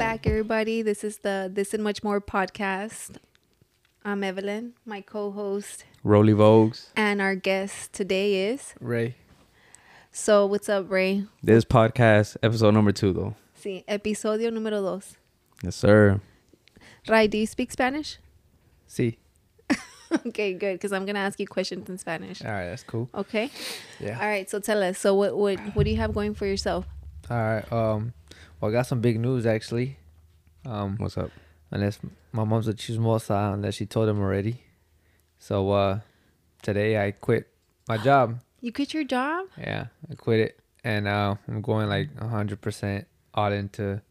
everybody. This is the This and Much More podcast. I'm Evelyn, my co host, Roly Vogues. and our guest today is. Ray. So, what's up, Ray? This podcast, episode number two, though. Sí, episodio número dos. Yes, sir. Ray, do you speak Spanish? See. okay, good, because I'm going to ask you questions in Spanish. All right, that's cool. Okay? Yeah. All right, so tell us. So, what, what, what do you have going for yourself? All right. Um, well, I got some big news actually. Um, What's up? unless my mom's a chismosa, unless she told him already. So uh, today I quit my job. You quit your job? Yeah, I quit it, and uh, I'm going like 100% all into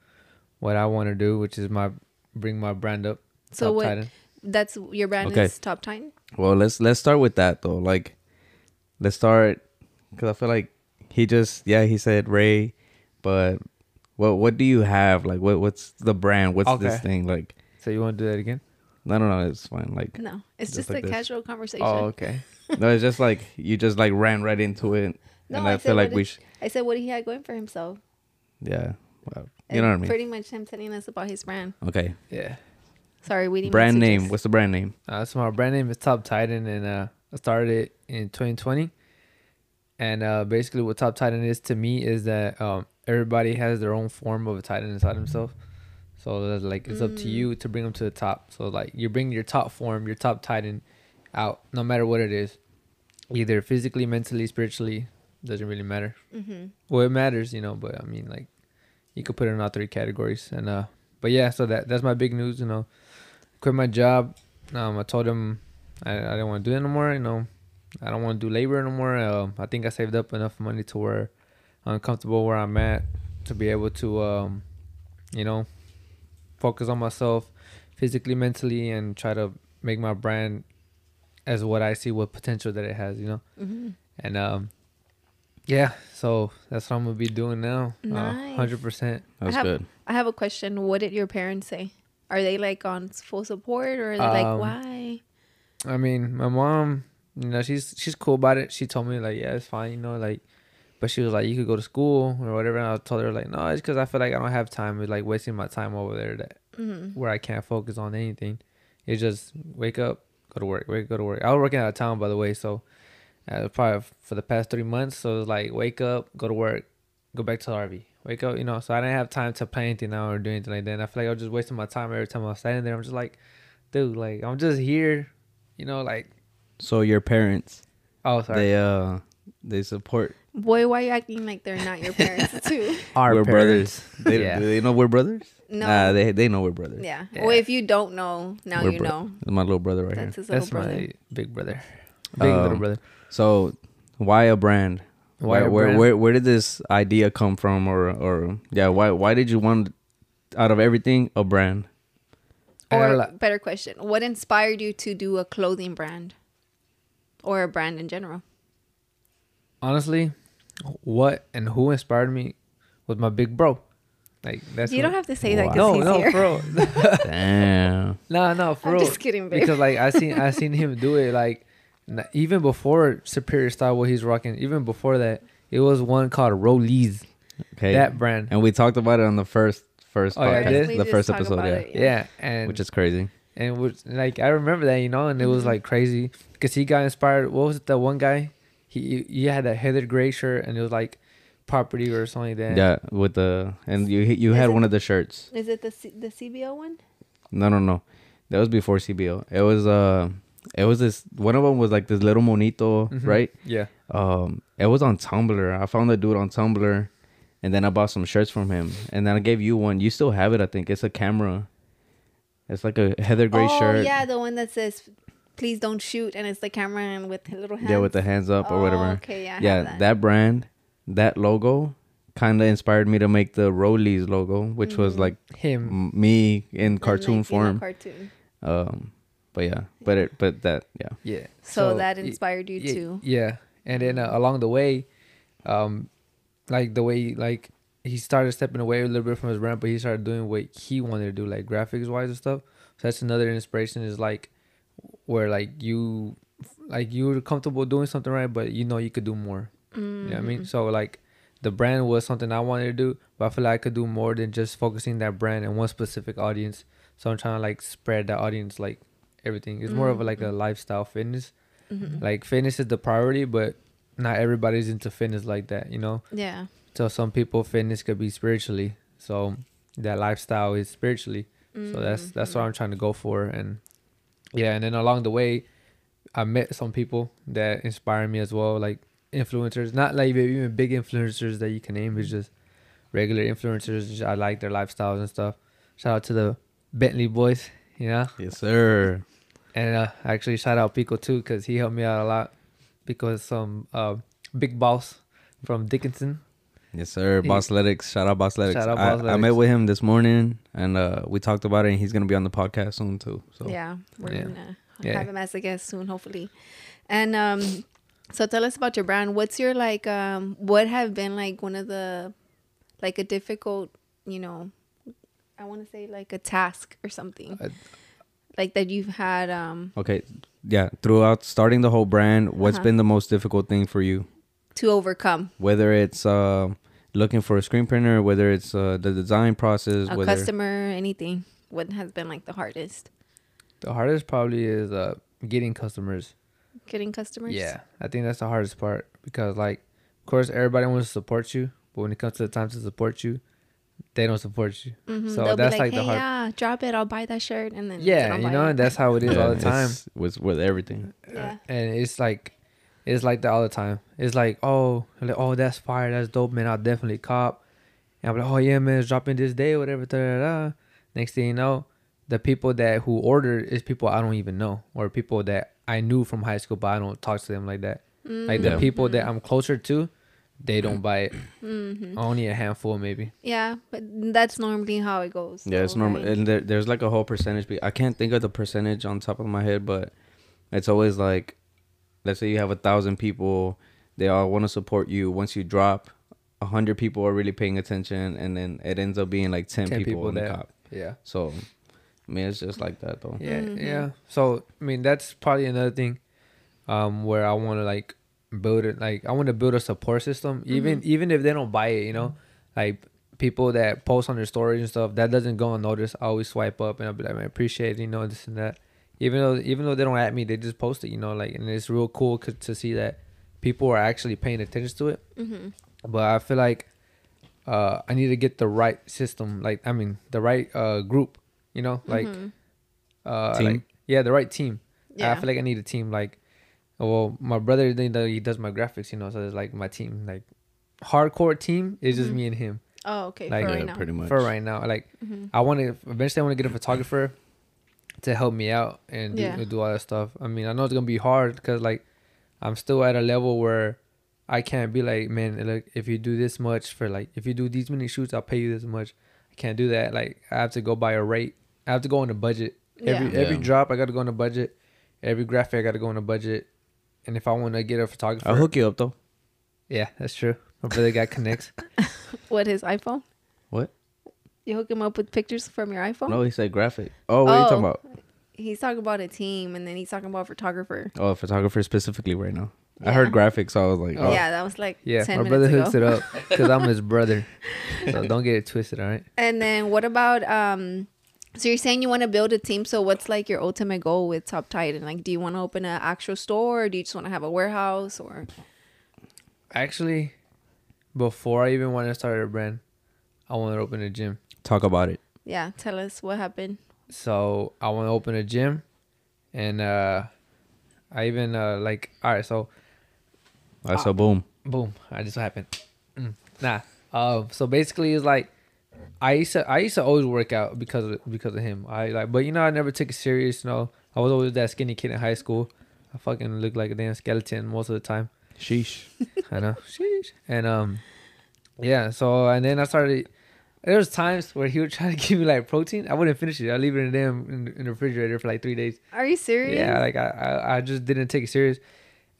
what I want to do, which is my bring my brand up. So Top what- Titan. That's your brand Okay. is Top Titan? Well, let's let's start with that though. Like, let's start because I feel like he just yeah he said Ray, but what what do you have? Like, what what's the brand? What's this Okay. thing? Like, So you want to do that again? no no no, it's fine. Like, No, it's just, Just like a this. casual conversation. Oh, okay. no, it's just like you just like ran right into it, No, and I I, said feel like what we it- sh- I said what he had going for himself. yeah. Well, you and know what I mean? Pretty much him telling us about his brand. okay. Yeah. Sorry, we didn't Brand messages. name. What's the brand name? Uh, so my brand name is Top Titan, and uh, I started it in 2020. And uh, basically, what Top Titan is to me is that um, everybody has their own form of a Titan inside themself. So that's like it's up to you to bring them to the top. So like you bring your top form, your top Titan, out no matter what it is, either physically, mentally, spiritually, doesn't really matter. Mm-hmm. Well, it matters, you know, but I mean like you could put it in all three categories. And uh, but yeah, so that that's my big news. You know, quit my job. Um, I told him I, I didn't want to do it anymore. You know, I don't want to do labor anymore. Um, I think I saved up enough money to where I'm comfortable where I'm at to be able to, um, you know, focus on myself physically, mentally, and try to make my brand as what I see what potential that it has. You know, Mhm. and um, yeah, so that's what I'm gonna be doing now. Uh, Nice. Hundred percent. That's I have, good. I have a question. What did your parents say? Are they like on full support or are they like Um, why? I mean, my mom, you know, she's she's cool about it. She told me like, yeah, it's fine, you know, like, but she was like, you could go to school or whatever. And I told her like, no, it's because I feel like I don't have time. It's like wasting my time over there that Mhm. where I can't focus on anything. It's just wake up, go to work, wake go to work. I was working out of town by the way, so uh, probably for the past three months. So it was like wake up, go to work, go back to the RV, wake up. You know, so I didn't have time to play anything now or do anything like that. And I feel like I was just wasting my time every time I was standing there. I'm just like, dude, like I'm just here. You know, like So your parents, oh sorry, they uh, they support Boy, why you acting like they're not your parents too? our we're parents. brothers. They, Yeah. Do they know we're brothers? No. Nah, they they know we're brothers. Yeah. Yeah. Well, if you don't know, now We're you bro- know. That's my little brother right That's here. his little That's brother. my big brother, big little Um, brother. So, why a brand? Why where, a where, brand? where where did this idea come from, or or yeah, why why did you want out of everything a brand? I got a Or lot- better question, what inspired you to do a clothing brand or a brand in general? honestly, what and who inspired me was my big bro. Like that's You who- don't have to say that Wow. 'cause no, he's no, here. bro. Damn. No, no, for I'm real. just kidding, babe. Because like I seen, I seen him do it like n- even before Superior Style, what he's rocking. Even before that, it was one called Rollies. Okay. That brand. and we talked about it on the first first Oh, yeah, I podcast, did? the We first just talked episode, about yeah, it, Yeah, and which is crazy. and was like I remember that you know, and it Mm-hmm. was like crazy because he got inspired. What was it? That one guy, he he had that Heather Gray shirt, and it was like property or something like that. Yeah, with the and you you Is had it- one of the shirts. Is it the C- the CBO one? No, no, no. That was before CBO. It was uh, it was this. One of them was like this little monito, Mhm. right? Yeah. Um, it was on Tumblr. I found the dude on Tumblr, and then I bought some shirts from him, and then I gave you one. You still have it, I think. It's a camera. It's like a Heather Gray oh, shirt. yeah, the one that says "Please don't shoot," and it's the camera and with the little hands. Yeah, with the hands up or whatever. Oh, okay, yeah, I have yeah, that. that. brand, that logo, kind of inspired me to make the Rollies logo, which was Mm-hmm. like Him. m- me in And, like, cartoon you know, form. cartoon. um, but yeah, but it, but that, yeah. Yeah. So, that y- inspired you Ye- too. Yeah, and then uh, along the way, um, like the way like he started stepping away a little bit from his brand, but he started doing what he wanted to do, like graphics wise and stuff. So that's another inspiration is like where like you Mm, like you were comfortable doing something right, but you know you could do more. You know what I mean? So like the brand was something I wanted to do, but I feel like I could do more than just focusing that brand and one specific audience. So I'm trying to like spread that audience like everything. It's more of a, like a lifestyle fitness. Like fitness is the priority, but not everybody's into fitness like that, you know. Yeah. So some people fitness could be spiritually. So that lifestyle is spiritually. So that's that's what I'm trying to go for and yeah, and then along the way I met some people that inspire me as well, like influencers, not like even big influencers that you can name, it's just regular influencers. Just- I like their lifestyles and stuff. Shout out to the Bentley boys, you know. Yes, sir. And uh, actually, shout out Pico too, because he helped me out a lot. Pico is some uh, big boss from Dickinson. Yes, sir. He- Bossletics. Shout out Bossletics. Shout out I, I met Bossletics. with him this morning and uh, we talked about it and he's going to be on the podcast soon too. So yeah. We're Yeah. gonna Yeah. have him as a guest soon, hopefully. And um so tell us about your brand. What's your like um what have been like one of the like a difficult, you know, I wanna say like a task or something. Uh, like that you've had um Okay. Yeah. Throughout starting the whole brand, what's Uh-huh. been the most difficult thing for you? to overcome Whether it's um looking for a screen printer, whether it's uh, the design process, a whether customer, anything. What has been like the hardest? The hardest probably is uh, getting customers. Getting customers? Yeah, I think that's the hardest part because, like, of course, everybody wants to support you, but when it comes to the time to support you, they don't support you. Mhm. So They'll that's be like like, the hey, hard- yeah, drop it. I'll buy that shirt, and then they Yeah, don't you buy know, uh, it. and that's how it is all the Yeah, time. it's- With, with everything. yeah, and it's like it's like that all the time. It's like oh, like, oh that's fire, that's dope, man. I'll definitely cop. And I'm like, oh yeah, man, it's dropping this day, whatever. Da, da, da. Next thing you know, the people that who ordered is people I don't even know, or people that I knew from high school, but I don't talk to them like that. Like the Yeah. people that I'm closer to, they don't buy it. Only a handful, maybe. yeah. But that's normally how it goes. Yeah, it's though, normal. right? And there, there's like a whole percentage. be- I can't think of the percentage on top of my head, but it's always like, let's say you have a thousand people, they all want to support you. Once you drop, a hundred people are really paying attention, and then it ends up being like ten, Ten people, people in the that- cop. Yeah. So, I mean, it's just like that though. Yeah, yeah. So I mean, that's probably another thing, um, where I want to like build it. Like I want to build a support system, even even if they don't buy it. You know, like people that post on their stories and stuff that doesn't go unnoticed. I always swipe up and I'll be like, man, appreciate it, you know this and that. Even though even though they don't at me, they just post it. You know, like and it's real cool 'cause- to see that people are actually paying attention to it. Mm-hmm. But I feel like uh, I need to get the right system. Like I mean, the right uh group. You know, like uh, Team? like- yeah, the right team. I Mm-hmm. Yeah. feel like I need a team. Like, well, my brother, they know he does my graphics, you know, so it's like my team. Like, hardcore team is just me and him oh, okay. like- uh, for Yeah, right now. pretty much. for right now. Like, I want to eventually, I want to get a photographer to help me out and do, Yeah. do all that stuff. I mean, I know it's gonna be hard because like I'm still at a level where I can't be like, man, like if you do this much for like if you do these many shoots, I'll pay you this much. I can't do that. Like I have to go by a rate. I have to go on a budget. Every Yeah. every Yeah. drop, I got to go on a budget. Every graphic, I got to go on a budget. And if I want to get a photographer, I'll hook you up though. yeah, that's true. My brother got connects. What his iPhone? What? You hook him up with pictures from your iPhone. No, he said graphic. Oh, what are you talking Oh. about? He's talking about a team, and then he's talking about photographer. Oh, photographer specifically right now. I Yeah. heard graphics. I was like, oh, Yeah, that was like Yeah, ten my brother minutes hooks ago. it up because I'm his brother. So don't get it twisted, all right? And then what about um? So you're saying you want to build a team. So what's like your ultimate goal with Top Titan? Like, do you want to open an actual store, or do you just want to have a warehouse, or Actually, before I even wanted to start a brand, I wanted to open a gym. talk about it. yeah? Tell us what happened. So I want to open a gym, and uh, I even uh, like all right. So I Oh. said, boom. boom, I just happened. Mm, Nah. Um. so basically, it's like I used to I used to always work out because of because of him. I like, but you know, I never took it serious. You know, I was always that skinny kid in high school. I fucking looked like a damn skeleton most of the time. Sheesh. I know. Sheesh. And um, yeah. So and then I started. There was times where he would try to give me like protein. I wouldn't finish it. I would leave it in the damn in, in the refrigerator for like three days. Are you serious? Yeah, like I, I I just didn't take it serious.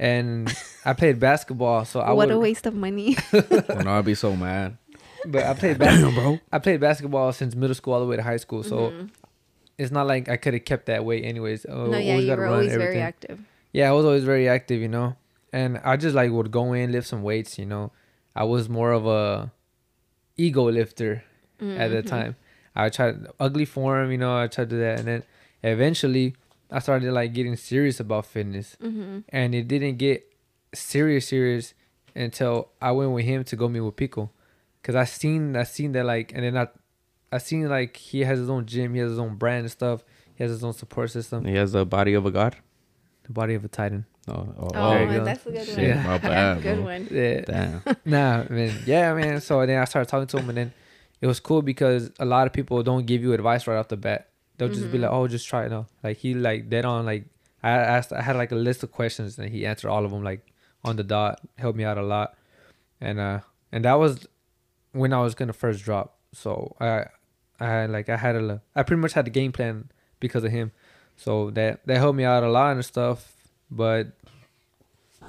And I played basketball, so I what would. a waste of money. well, no, I'd be so mad. But I played basketball, bro. I played basketball since middle school all the way to high school, so it's not like I could have kept that weight anyways. Oh, Mm-hmm. no, yeah, always you gotta were run, always very everything. active. Yeah, I was always very active, you know. And I just like would go in, lift some weights, you know. I was more of a ego lifter at the time. I tried ugly form, you know, I tried to do that and then eventually I started like getting serious about fitness. And it didn't get serious serious until I went with him to go meet with Pico. Cause I seen I seen that like and then I I seen like he has his own gym, he has his own brand and stuff, he has his own support system. He has the body of a god. The body of a titan. Oh, oh, Oh, there oh. you man, go. that's a good one. Shit, my bad, that's a good bro. one. Yeah. damn. nah, man. Yeah, man. So then I started talking to him, and then it was cool because a lot of people don't give you advice right off the bat. They'll just be like, "Oh, just try it out." Like he like dead on. Like I asked, I had like a list of questions, and he answered all of them like on the dot. Helped me out a lot, and uh, and that was when I was gonna first drop. So I, I had, like I had a, l- I pretty much had the game plan because of him. So that that helped me out a lot and stuff. But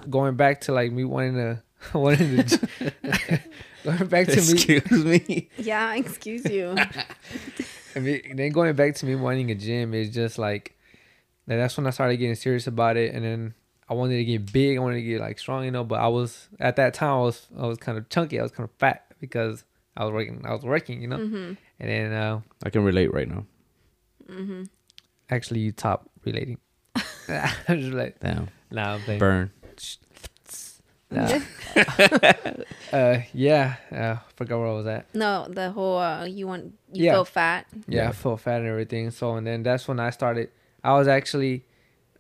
going back to like me wanting to wanting to going back to me Excuse me. Yeah, excuse you. I mean, then going back to me wanting a gym is just like, then that's when I started getting serious about it, and then I wanted to get big, I wanted to get like strong, you know. But I was at that time, I was I was kind of chunky, I was kind of fat because I was working, I was working, you Mm. know. Mm-hmm. And then uh, I can relate right now. actually, you top relating. I was just like, Damn. nah, I'm playing. Burn. Nah. uh, yeah, uh, forgot where I was at. no, the whole uh, you want you Yeah. feel fat. yeah, I felt fat and everything. So and then that's when I started. I was actually,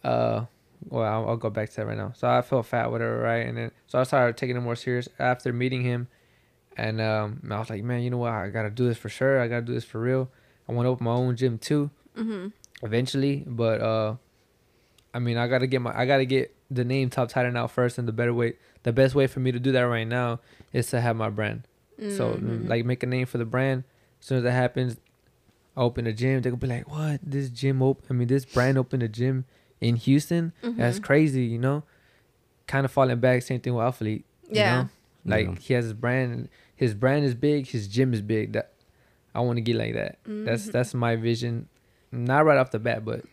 uh, well, I'll, I'll go back to that right now. So I felt fat, whatever, right? And then so I started taking it more serious after meeting him, and um, I was like, man, you know what? I gotta do this for sure. I gotta do this for real. I want to open my own gym too, Mm-hmm. eventually. But uh, I mean, I gotta get my, I gotta get the name Top Titan out first, and the better way, the best way for me to do that right now is to have my brand. So Mm-hmm. mm, like, make a name for the brand. As soon as that happens, I open a gym, they're gonna be like, "What? This gym open? I mean, this brand opened a gym in Houston? Mm-hmm. That's crazy!" You know, kind of falling back. Same thing with Athlete. Yeah. You know? Like Yeah. he has his brand. His brand is big. His gym is big. That I want to get like that. That's Mm-hmm. that's my vision. Not right off the bat, but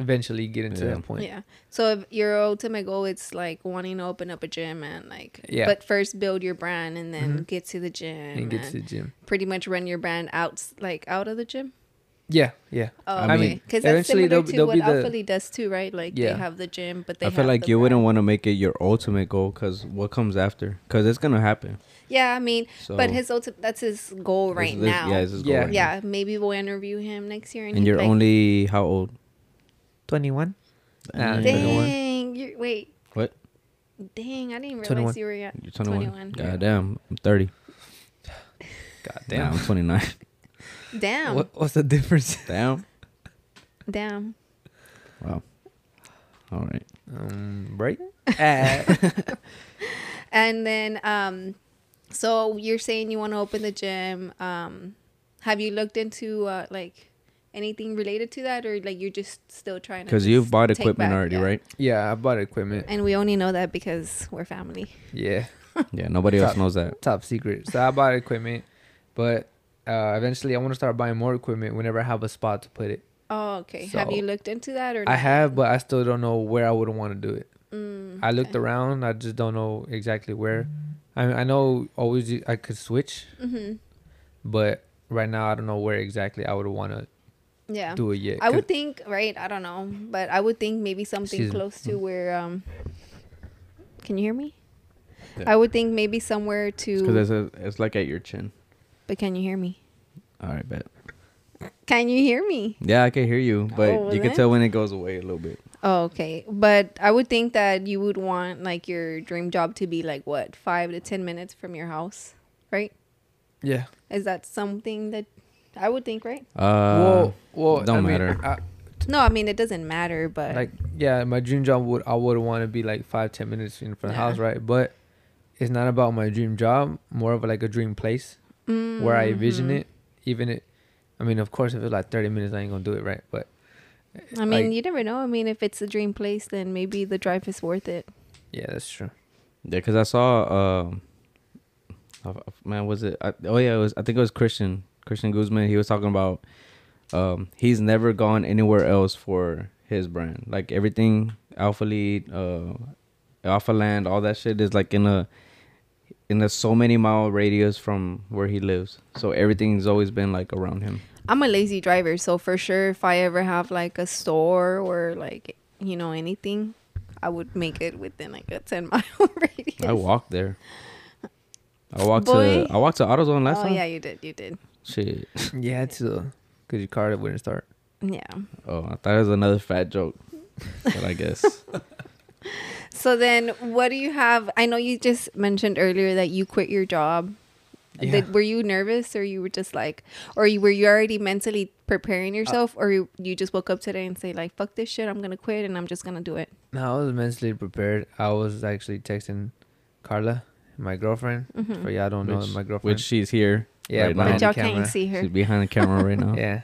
eventually getting to Yeah. that point. Yeah. So if your ultimate goal it's like wanting to open up a gym and like Yeah. Mm-hmm. but first build your brand and then get to the gym And and, get to the gym. pretty much run your brand out like out of the gym. Yeah, yeah. Oh, I mean, because that's eventually similar they'll- to they'll what be the- Alphalete does too, right? Like Yeah. they have the gym, but they I feel have like the you brand. wouldn't want to make it your ultimate goal because what comes after? Because it's gonna happen. Yeah, I mean, but So- his ultimate that's his goal This- right this- now. Yeah, this is Yeah. yeah. Right yeah, maybe we'll interview him next year. now. And, And he's you're like, only how old? Twenty one. Nah, Dang. twenty dang. You're, wait, What? dang! I didn't realize 21. you were yet. You're 21. 21. God damn, I'm 30. God damn. I'm 29. Damn, one. What, what's the difference? damn. damn. Wow. All right. Um, right. Eh. Ah. And then, um, so you're saying you want to open the gym. Um, have you looked into uh, like anything related to that, or like you're just still trying to? Because just you've bought take equipment back- already, yeah. right? yeah, I bought equipment. And we only know that because we're family. Yeah. Yeah. Nobody else Top. knows that. top secret. So I bought equipment, but uh, eventually I want to start buying more equipment whenever I have a spot to put it. Oh, okay. have So- you looked into that, or I not? have, but I still don't know where I would want to do it. Mm, I looked okay. around, I just don't know exactly where. I I know always you- I could switch, Mhm. but right now I don't know where exactly I would want to Yeah. do it yet. I 'cause- would think, right? I don't know, but I would think maybe something Excuse me. close to where. Um, can you hear me? Yeah. I would think maybe somewhere Because to. it's, a- it's like at your chin. but can you hear me? All right, bet. Can you hear me? Yeah, I can hear you, but Oh, you can then. tell when it goes away a little bit. Oh, okay. But I would think that you would want like your dream job to be like what five to ten minutes from your house, right? Yeah. Is that something that I would think, right? Uh, Well, well, don't I mean, matter. I- No, I mean it doesn't matter, but like yeah my dream job would i would want to be like five ten minutes in front of the Yeah. house right but it's not about my dream job more of like a dream place mm, where i envision it even it i mean of course if it's like 30 minutes i ain't gonna do it right but I mean like- you never know. I mean if it's a dream place, then maybe the drive is worth it. yeah that's true Yeah, because I saw, um, I- I- man, was it? I, oh yeah, it was. I think it was Christian Christian Guzman. He was talking about, um, he's never gone anywhere else for his brand. Like everything, Alpha Lead, uh, Alpha Land, all that shit is like in a. in a so many mile radius from where he lives. So everything's always been like around him. I'm a lazy driver, so for sure, if I ever have like a store or like you know anything, I would make it within like a ten mile radius. I walked there. I walked Boy. to I walked to AutoZone last oh time. yeah, you did. You did. Shit. Yeah, too. Cause your car wouldn't start. Yeah. Oh, I thought it was another fat joke. But I guess So then, what do you have? I know you just mentioned earlier that you quit your job. Yeah. Did, were you nervous, or you were just like, or you, were you already mentally preparing yourself, or you, you just woke up today and say like, "Fuck this shit, I'm gonna quit and I'm just gonna do it." No, I was mentally prepared. I was actually texting Carla, my girlfriend. For y'all don't know, Which- my girlfriend. which she's here. Yeah, right but now. Mm-hmm. But Behind the y'all camera. can't see her. She's behind the camera right now. yeah,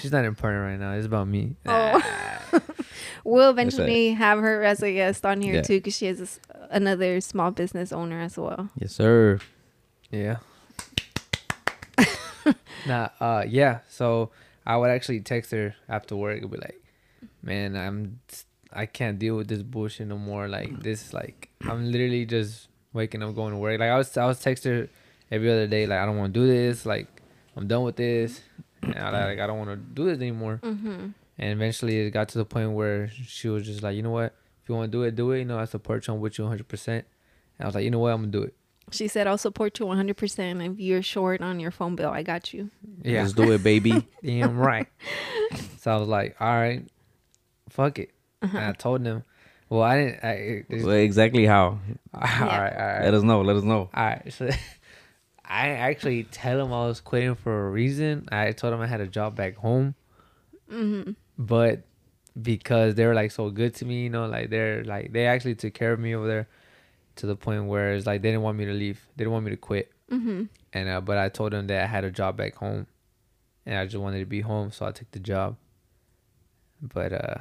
she's not important right now. It's about me. Oh. we'll That's right. eventually have her as a guest on here Yeah. too because she has this, another small business owner as well. Yes, sir. Yeah. nah, uh, yeah. So I would actually text her after work and be like, "Man, I'm, I can't deal with this bullshit no more. Like this, like I'm literally just waking up going to work. Like I was, I was text her every other day. Like I don't want to do this. Like I'm done with this. And I, like I don't want to do this anymore. Mm-hmm. And eventually it got to the point where she was just like, you know what? If you want to do it, do it. You know, I support you. I'm with you 100%. And I was like, you know what? I'm going to do it. She said, "I'll support you 100 percent if you're short on your phone bill. I got you." Yeah. Let's do it, baby. Damn right. so I was like, all right, fuck it. And I told them, well, I didn't. I, it- it's- well, exactly how? all right, all right, Let us know. Let us know. all right. So I didn't actually tell them I was quitting for a reason. I told them I had a job back home, but because they were like so good to me, you know, like they're like they actually took care of me over there to the point where it's like they didn't want me to leave. They didn't want me to quit. Mm-hmm. And uh, but I told them that I had a job back home, and I just wanted to be home, so I took the job. But uh,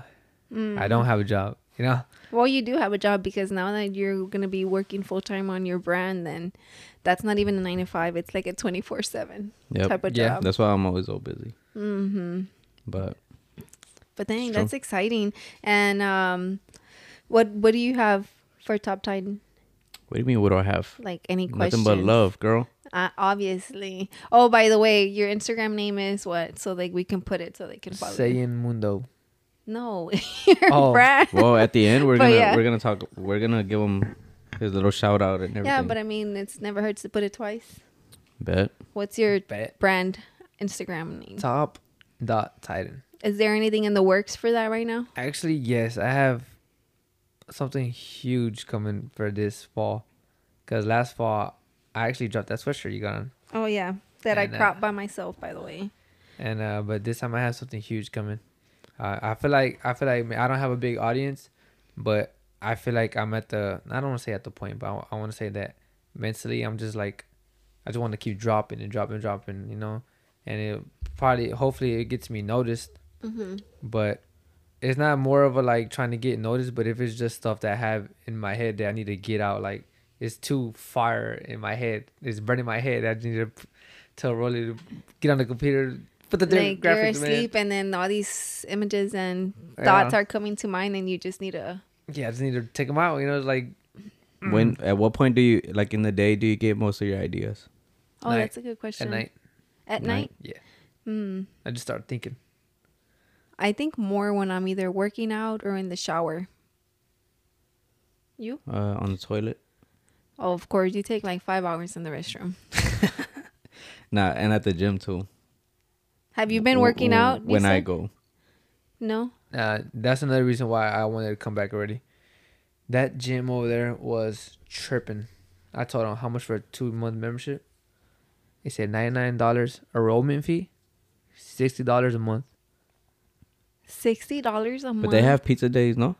I don't have a job, you know. Well, you do have a job because now that you're gonna be working full time on your brand, then that's not even a nine to five. It's like a 24 seven Yep. type of Yeah. job. That's why I'm always so busy. Mm-hmm. But But dang, It's that's exciting. And um, what what do you have for Top Titan? what do you mean? What do I have? Like any Nothing questions? but love, girl. Uh, obviously. Oh, by the way, your Instagram name is what? So like we can put it so they can follow. you. Saying mundo. No, your Oh. brand. Well, at the end, we're But gonna yeah. we're gonna talk. We're gonna give him his little shout out and everything. Yeah, but I mean, it's never hurts to put it twice. bet What's your Bet. brand Instagram name? Top dot Titan. Is there anything in the works for that right now? Actually, yes, I have something huge coming for this fall. Cause last fall I actually dropped that sweatshirt you got on, Oh yeah, that I I know. cropped by myself, by the way. and uh, but this time I have something huge coming. Uh, I feel like I feel like I don't have a big audience, but I feel like I'm at the I don't want to say at the point, but I, want to say that mentally I'm just like I just want to keep dropping and dropping, dropping, you know, and it probably hopefully it gets me noticed Mm-hmm. but it's not more of a like trying to get noticed but if it's just stuff that i have in my head that i need to get out like it's too fire in my head it's burning my head i just need to tell rolly to get on the computer put the Like like you're graphics man. asleep, and then all these images and Yeah. thoughts are coming to mind, and you just need a. yeah i just need to take them out you know it's like Mm. when at what point do you like in the day do you get most of your ideas? Oh, Night. that's a good question. at night At Night. night. yeah Hmm. i just start thinking I think more when I'm either working out or in the shower. You? Uh, on the toilet. Oh, of course. You take like five hours in the restroom. Nah, and at the gym too. Have you been W- working w- out? you when I said? go. No. uh, that's another reason why i wanted to come back already that gym over there was tripping i told him how much for a two month membership he said $99 enrollment fee $60 a month Sixty dollars a month. But they have pizza days, no?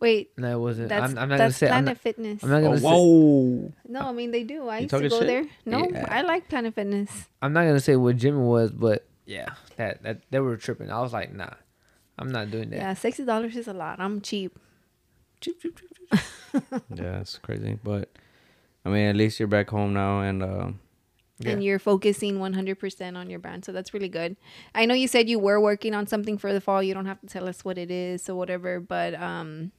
Wait, No, it wasn't. that's I'm, I'm not gonna that's say. I'm Planet not, Fitness. I'm not gonna. Oh, say, whoa! no, I mean they do. I used to talking go shit? there. No, Yeah. I like Planet Fitness. I'm not gonna say what Jimmy was, but yeah, that that they were tripping. I was like, nah, I'm not doing that. Yeah, sixty dollars is a lot. I'm cheap. Cheep, cheep, cheep. Yeah, it's crazy. But I mean, at least you're back home now, and um, And Yeah. you're focusing 100% on your brand. So that's really good. I know you said you were working on something for the fall. You don't have to tell us what it is or whatever, but um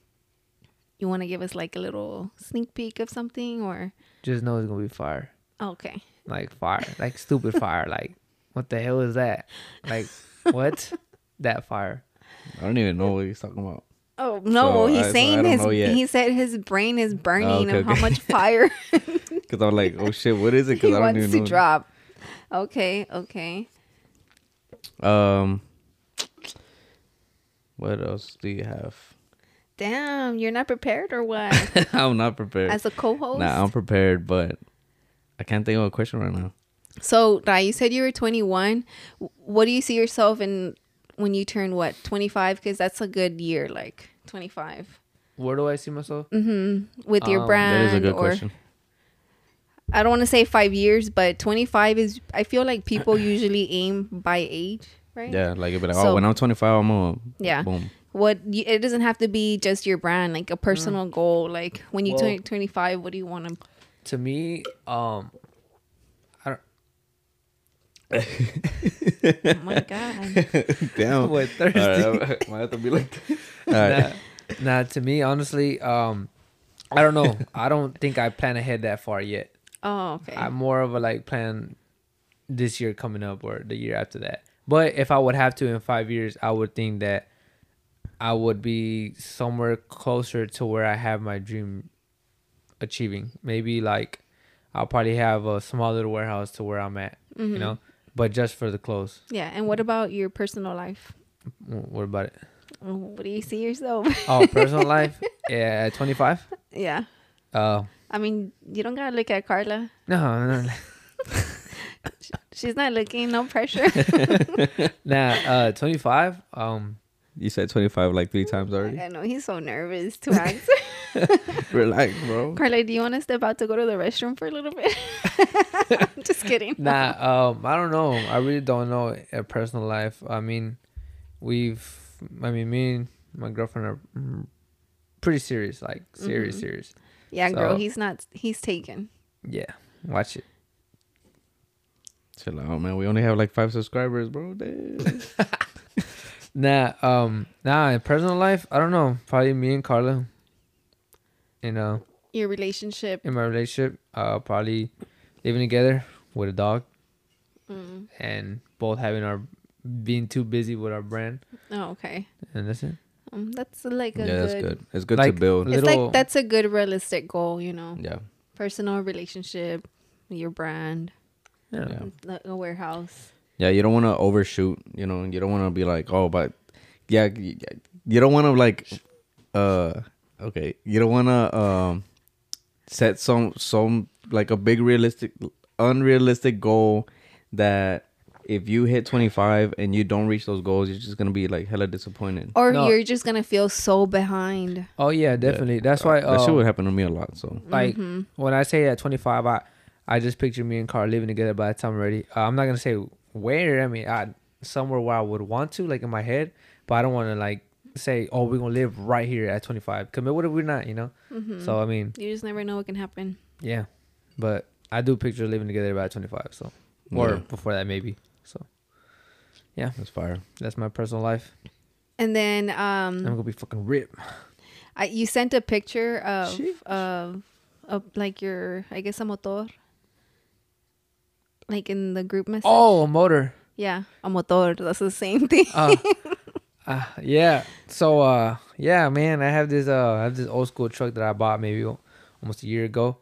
you want to give us like a little sneak peek of something or Just know it's gonna be fire, okay like fire, like stupid fire, like what the hell is that? Like what? that fire. I don't even know what he's talking about. oh no So, I- he's so I saying don't his know yet. he said his brain is burning okay, of how okay. much fire Because I'm like, oh shit, what is he it? Because I don't wants even to know. drop okay okay Um, what else do you have? damn you're not prepared or what I'm not prepared. as a co-host Nah, I'm prepared, but I can't think of a question right now. so Rai, you said you were 21 W- what do you see yourself in when you turn what 25 because that's a good year like 25 Where do I see myself? with your Um, brand That is a good or question. I don't want to say five years, but 25 is, I feel like people usually aim by age, right? Yeah, like it'd be like, So- oh, when I'm 25, I'm gonna Yeah. boom. What you, it doesn't have to be just your brand, like a Mm. personal goal. Like when you Well- turn 25, what do you want to? To me, um, I don't. Oh my god! Damn. What, thirsty? Alright, I might have to be like this. All right. Nah, nah, to me, honestly, um, I don't know. I don't think I plan ahead that far yet. Oh okay. I'm more of a like plan this year coming up or the year after that. But if I would have to in five years, I would think that I would be somewhere closer to where I have my dream achieving. Maybe like I'll probably have a small little warehouse to where I'm at, you know. But just for the clothes. yeah. And what about your personal life? Wh- What about it? What do you see yourself? Oh, personal life. Yeah, at 25. yeah. Uh, I mean, you don't gotta look at Carla. no, no, no. She's not looking. No pressure. nah. Uh, 25. Um, You said 25 like three times already. I know he's so nervous to answer. Relax, bro. Carla, do you want to step out to go to the restroom for a little bit? I'm just kidding. nah. Um, I don't know. I really don't know a personal life. I mean, we've. I mean, me and my girlfriend are mm, pretty serious. Like serious, serious. Yeah, girl, So- he's not. He's taken. Yeah. Watch it. Chill out, man. We only have like five subscribers, bro. Damn. Nah. Um. Nah. In personal life, I don't know. Probably me and Carla. You know, Your relationship. in my relationship, uh, probably living together with a dog Mm. and both having our being too busy with our brand, Oh, okay. and that's it. Um, that's like a yeah, good. that's good. It's good Like- to build. It's Little- like that's a good realistic goal, you know. Yeah. Personal relationship, your brand, Yeah. Yeah. the- a warehouse. Yeah, you don't want to overshoot, you know, and you don't want to be like, oh, but yeah, y- y- you don't want to like, uh, okay, you don't want to um set some some like a big realistic unrealistic goal that if you hit 25 and you don't reach those goals, you're just gonna be like hella disappointed. Or No. you're just gonna feel so behind. Oh yeah, definitely. That's why. Uh, that shit would happen to me a lot. So like when I say at 25, I I just picture me and Carl living together by the time I'm ready. Uh, I'm not gonna say where. I mean, I somewhere where I would want to, like in my head, but I don't want to like say, oh, we're gonna live right here at 25. Commit. What if we're not? You know. So I mean, You just never know what can happen. yeah, but I do picture living together by 25. So or Yeah. before that maybe. So that's fire. that's my personal life. And then I'm um, gonna be fucking ripped. I, you sent a picture of Sheesh. of of like your I guess a motor. Like in the group message. Oh, a motor. Yeah, a motor. That's the same thing. uh, uh, yeah. So uh, yeah, man, I have this uh, I have this old school truck that I bought maybe al- almost a year ago.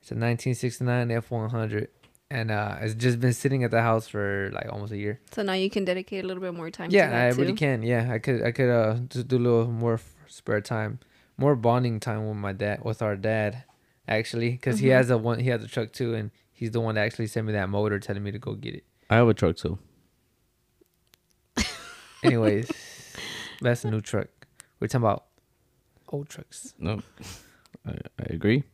It's a 1969 F100, and uh, it's just been sitting at the house for like almost a year. So now you can dedicate a little bit more time. to yeah, that I really too. can. Yeah, I could I could uh just do a little more f- spare time, more bonding time with my dad, with our dad, actually, because Mm-hmm. he has a one, he has a truck too, and he's the one that actually sent me that motor, telling me to go get it. I have a truck too. Anyways, that's a new truck. We're talking about old trucks. No, I, I agree.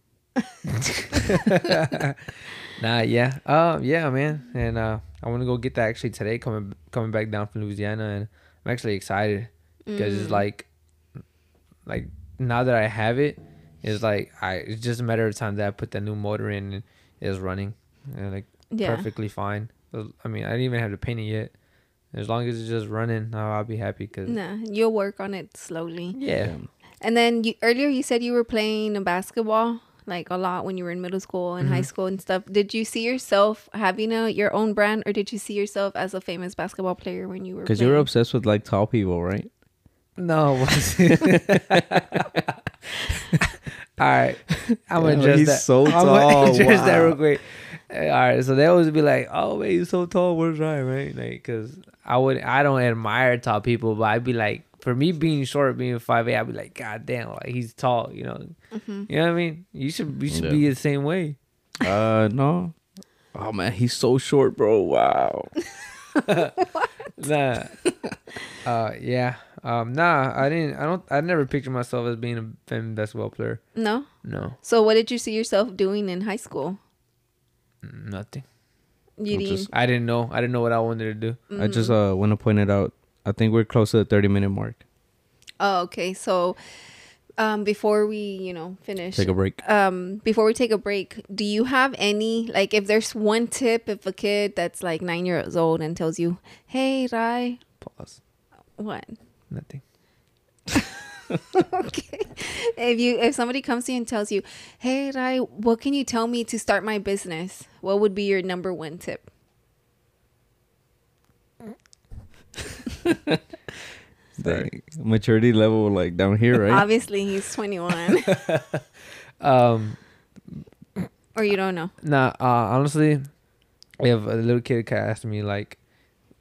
Nah, yeah, um, yeah, man, and uh, I want to go get that actually today. Coming coming back down from Louisiana, and I'm actually excited because Mm. it's like, like now that I have it, it's like I it's just a matter of time that I put the new motor in and it's running, and like Yeah. perfectly fine. I mean, I didn't even have to paint it yet. As long as it's just running, I'll, I'll be happy because Nah, you'll work on it slowly. yeah, And then you, earlier you said you were playing basketball like a lot when you were in middle school and Mm-hmm. high school and stuff. Did you see yourself having a your own brand, or did you see yourself as a famous basketball player when you were? Because you were playing? obsessed with like tall people, right? No, it wasn't. All right, I'm gonna Damn, address he's that. so I'm tall, gonna address that wow. real quick. Uh, All right, so they always be like, "Oh, man, you're so tall. Where's right, right?" Like, cause I would, I don't admire tall people, but I'd be like, for me being short, being five eight, I'd be like, "God damn, like he's tall." You know, you know what I mean? You should, you should Yeah. be the same way. Uh, no. Oh man, he's so short, bro. Wow. Nah. uh, yeah. Um, nah, I didn't. I don't. I never pictured myself as being a femme basketball player. No. No, So what did you see yourself doing in high school? mm, nothing. You I'm didn't. just- I didn't know. I didn't know what I wanted to do. Mm. I just uh want to point it out. I think we're close to the thirty minute mark. Oh, okay. So, um, before we you know finish, Take a break. um before we take a break do you have any like if there's one tip if a kid that's like nine years old and tells you hey rai Pause. what Nothing. okay if you if somebody comes to you and tells you hey rai what can you tell me to start my business what would be your number one tip The maturity level like down here, right? obviously he's 21 Um, or you don't know nah. Uh, honestly, if a little kid could ask me like,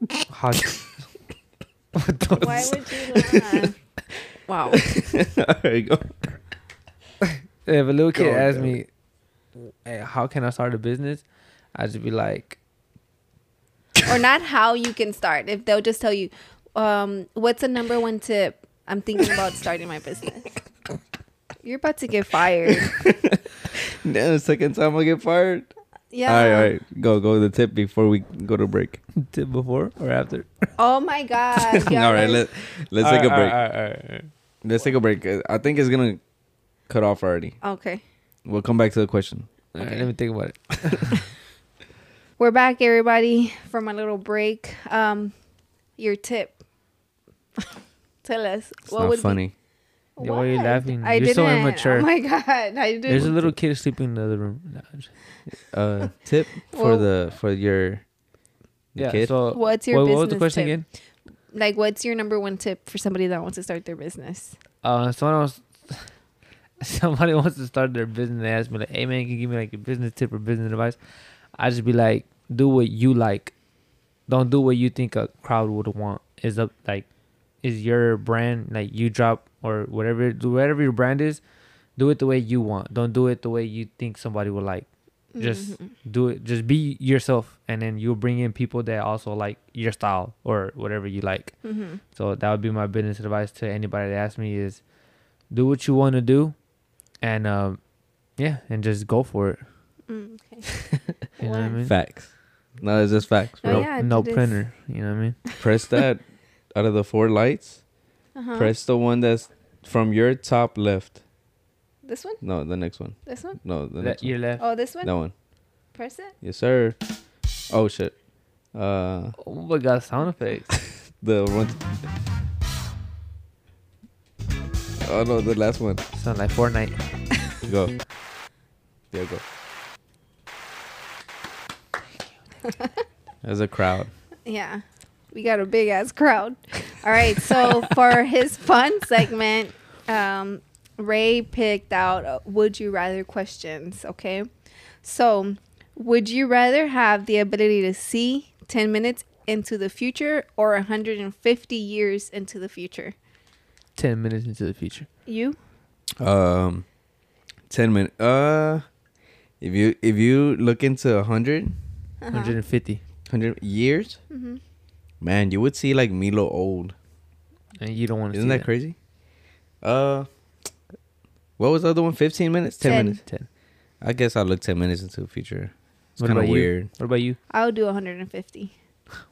how, what the- why would you laugh wow there you go. if a little kid Go on, asked go. me, hey, how can I start a business? I'd just be like, or not how you can start if they'll just tell you um, what's the number one tip i'm thinking about starting my business you're about to get fired Now the second time I get fired. yeah All right, all right. Go, go to the tip before we go to break. did before or after? oh my god all right, let let's take a break. All right, all right, all right. Let's take a break. Uh, I think it's gonna cut off already. okay We'll come back to the question. All right, let me think about it. we're back everybody from a little break um, your tip tell us It's what not would funny. be Yeah, why are you What? laughing? I You're so didn't. immature. oh my god i didn't There's a little kid sleeping in the other room. Nah, I'm just- Uh, tip for Well- the for your the yeah. kid. So What's your what, what was the business question tip? again? like what's your number one tip for somebody that wants to start their business uh, someone else, somebody wants to start their business. They ask me like, "Hey man, can you give me like a business tip or business advice?" I just be like, "Do what you like. Don't do what you think a crowd would want. Is up like, is your brand like you drop or whatever? Do whatever your brand is. Do it the way you want. Don't do it the way you think somebody would like. Just do it. Just be yourself, and then you'll bring in people that also like your style or whatever you like." mm-hmm. So that would be my business advice to anybody that asks me is do what you want to do and um yeah, and just go for it. mm, okay You know what I Wow. mean? Facts. No, it's just facts, Oh, bro. yeah, no it is. printer. You know what I mean? Press that out of the four lights. uh-huh. Press the one that's from your top left. this one No, the next one. this one No, the That next you one. left. oh this one That one. press it Yes, sir. Oh shit. Uh, Oh my god, sound effects. the one. Oh no, the last one. Sound like Fortnite. Go. There you go. As a crowd. Yeah. We got a big ass crowd. All right. So for his fun segment, um, Ray picked out uh, would you rather questions. Okay. So would you rather have the ability to see 10 minutes into the future or 150 years into the future? Ten minutes into the future. You? Um, ten minutes. Uh, if you if you look into a hundred, Uh-huh. and fifty. hundred years, Mhm. man, you would see like Milo old. And you don't want to Isn't that crazy? Uh, what was the other one? Fifteen minutes, ten, Ten. minutes. Ten. I guess I'll look ten minutes into the future. It's What kind of about you? weird. What about you? I'll do 150.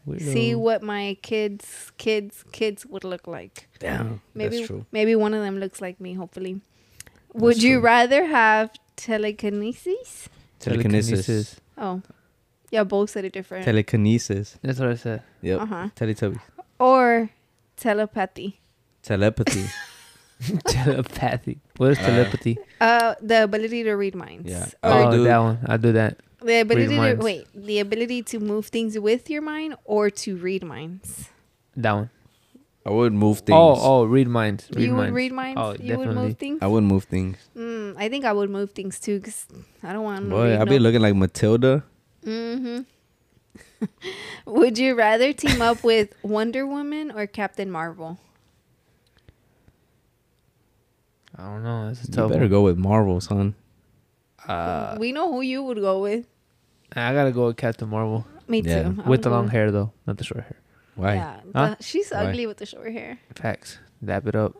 See Weirdo. what my kids, kids, kids would look like. Damn, Maybe that's true. maybe one of them looks like me. Hopefully, would That's you true. rather have telekinesis? Telekinesis. Oh, yeah, both said it different. Telekinesis. That's what I said. Yep. Uh-huh. Teletubbies. or telepathy. Telepathy. telepathy. What is Uh, telepathy? Uh, the ability to read minds. Yeah. Or I oh, do- that one. I do that. the ability to minds. wait, the ability to move things with your mind or to read minds. That one. I would move things. Oh, oh, read minds. Read you minds. would read minds. Oh, you would definitely. move things. I would move things. Mm, I think I would move things too, cause I don't want. Boy, I'd be looking like Matilda. hmm Would you rather team up with Wonder Woman or Captain Marvel? I don't know. That's a You tough better one. go with Marvel, son. Uh, we know who you would go with. I gotta go with Captain Marvel Me Yeah. too. I would with the go long hair though, not the short hair. Why? Yeah, Huh? the- she's Why? ugly with the short hair. Facts. Dab it up.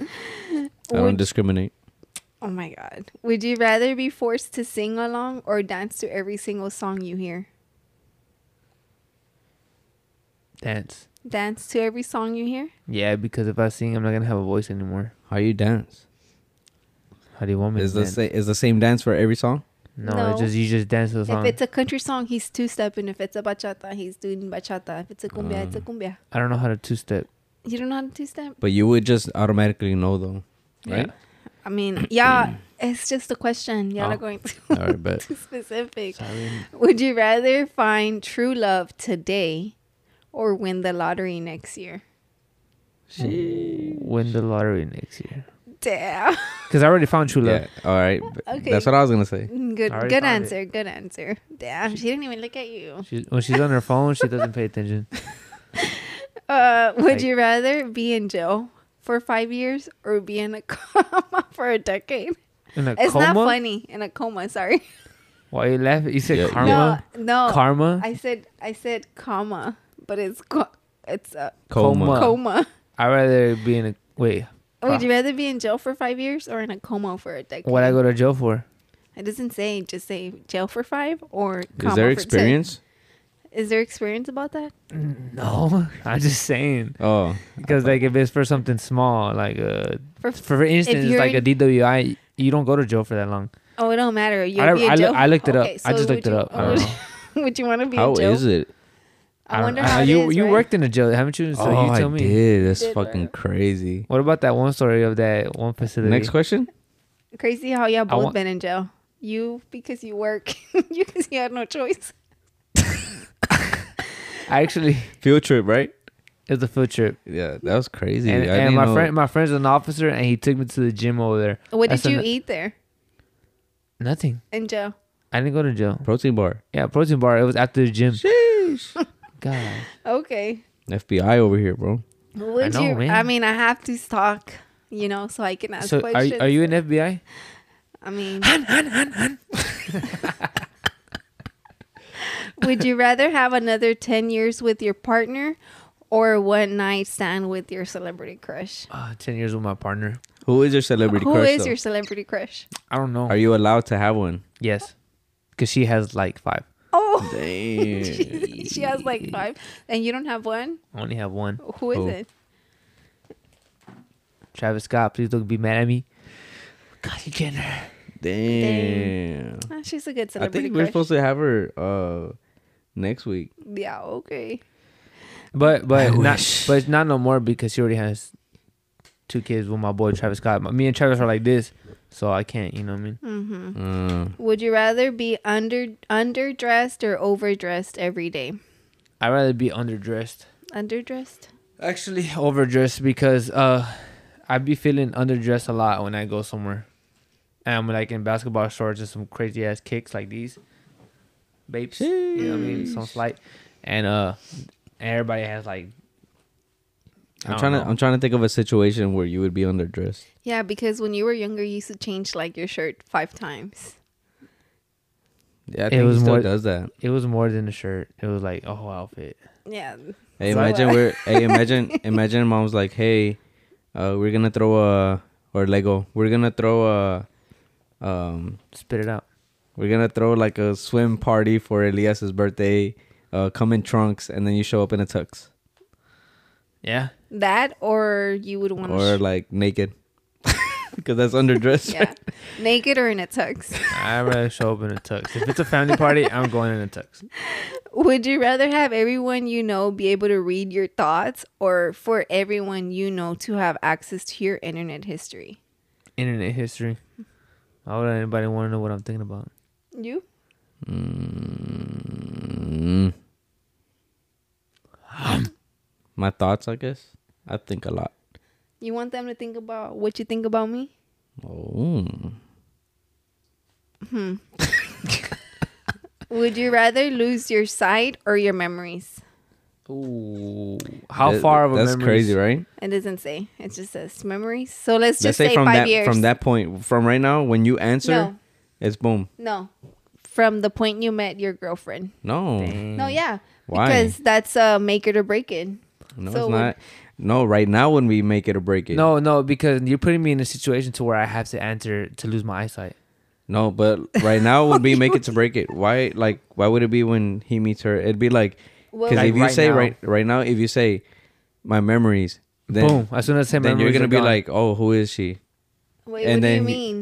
I don't Would- discriminate. oh my god! Would you rather be forced to sing along or dance to every single song you hear? Dance. Dance to every song you hear. Yeah, because if I sing, I'm not gonna have a voice anymore. How you dance? How do you want me Is to the dance? sa- is the same dance for every song? No, No. It's just you just dance to the If song. it's a country song, he's two stepping. If it's a bachata, he's doing bachata. If it's a cumbia, Mm. it's a cumbia. I don't know how to two step. You don't know how to two step. But you would just automatically know though, right? I mean, yeah, it's just a question. Y'all Oh. are going too, All right, but too specific. Sorry. Would you rather find true love today or win the lottery next year? Win the lottery next year. Damn. Because I already found true love. yeah, all right. but Okay. That's what I was gonna say. Mm, Good already good found it. answer. Good answer. Damn, she didn't even look at you. She, when she's on her phone, she doesn't pay attention. Uh, would Like- you rather be in jail for 5 years or be in a coma for a decade? In a It's not coma? funny. In a coma, sorry. Why are you laughing? You said Yeah, yeah. karma. No, no. Karma. Oh. I said I said comma, but it's co- it's a Coma. Coma. coma. I'd rather be in a wait. Would Fuck. you rather be in jail for five years or in a coma for a decade? What I go to jail for? It doesn't say. Just say jail for five or. Coma Is there for experience? Ten. Is there experience about that? No, I'm just saying Oh, because like if it's for something small, like uh, For for, for instance, you're it's like a in- DWI, you don't go to jail for that long. oh, it don't matter. You'd I, be in I, jail. I looked it up. Okay, I so just would looked it you- up. I would- don't know. would you want to be how in jail? is it? I, don't- wonder I- how it Uh, you is, you right? worked in a jail, haven't you? So oh, you tell I me. did. That's Did fucking learn. crazy. What about that one story of that one facility? Next question. Crazy how y'all both want- been in jail. You because you work. you because you had no choice. I actually Field trip, right? it was a field trip, Yeah, that was crazy. and, I and didn't my know- friend my friend's an officer, and he took me to the gym over there. What That's did you an- eat there Nothing. in jail? I didn't go to jail. protein bar. Yeah, protein bar. It was after the gym. Sheesh. God, Okay. FBI over here, bro. Would know, you? man. I mean, I have to talk, you know, so I can ask so are questions. you- are you an FBI? I mean, would you rather have another ten years with your partner, or one night stand with your celebrity crush? Uh, Ten years with my partner. Who is your celebrity Who crush? is though? your celebrity crush? I don't know. Are you allowed to have one? Yes, because she has like five. Oh, Damn. she, she has like five, and you don't have one. I only have one. Who is Who? it? Travis Scott, please don't be mad at me. God, you can't. Damn. Ah, she's a good I celebrity think we're crush. supposed to have her uh next week. yeah, okay. But but I not wish. but it's not no more because she already has two kids with my boy Travis Scott. Me and Travis are like this, so I can't. You know what I mean? hmm Uh, Would you rather be under underdressed or overdressed every day? I'd rather be underdressed. Underdressed. Actually, overdressed because uh, I be feeling underdressed a lot when I go somewhere, and I'm like in basketball shorts and some crazy ass kicks like these, babes. You know what I mean? Some slight, and uh, everybody has like. I'm I don't trying to know. I'm trying to think of a situation where you would be underdressed. Yeah, because when you were younger, you used to change like your shirt five times. Yeah, I think was he still more- does that. It was more than a shirt. It was like a whole outfit. Yeah. Hey, So- imagine we're hey, imagine imagine mom's like, hey, uh, we're gonna throw a or Lego, we're gonna throw a um, Spit it out. we're gonna throw like a swim party for Elias's birthday. Uh, come in trunks, and then you show up in a tux Yeah. That or you would want or to. like naked, because that's underdressed. yeah. Naked or in a tux. I'd rather show up in a tux. If it's a family party, I'm going in a tux. Would you rather have everyone you know be able to read your thoughts or for everyone you know to have access to your internet history? Internet history. Why would anybody want to know what I'm thinking about? You? Mm. My thoughts, I guess. I think a lot. You want them to think about what you think about me? Oh. Mm. Would you rather lose your sight or your memories? Ooh. How far of a That's memory crazy, is- right? It doesn't say. It just says memories. So let's Let's just say say, from five that years. from that point, from right now, when you answer, no, it's boom. no. From the point you met your girlfriend. No, No, yeah. Mm. Why? Because that's a make it or break it. no, So it's when- not. No, right now when we make it or break it. No, no, because you're putting me in a situation to where I have to answer to lose my eyesight. no, but right now would be make it to break it. Why, like, why would it be when he meets her? It'd be like Well, because Like if you right say now. right right now, if you say my memories, then Boom. As soon as I say then you're memories gonna are be gone. like, oh, who is she? Wait, what And do you then he- mean?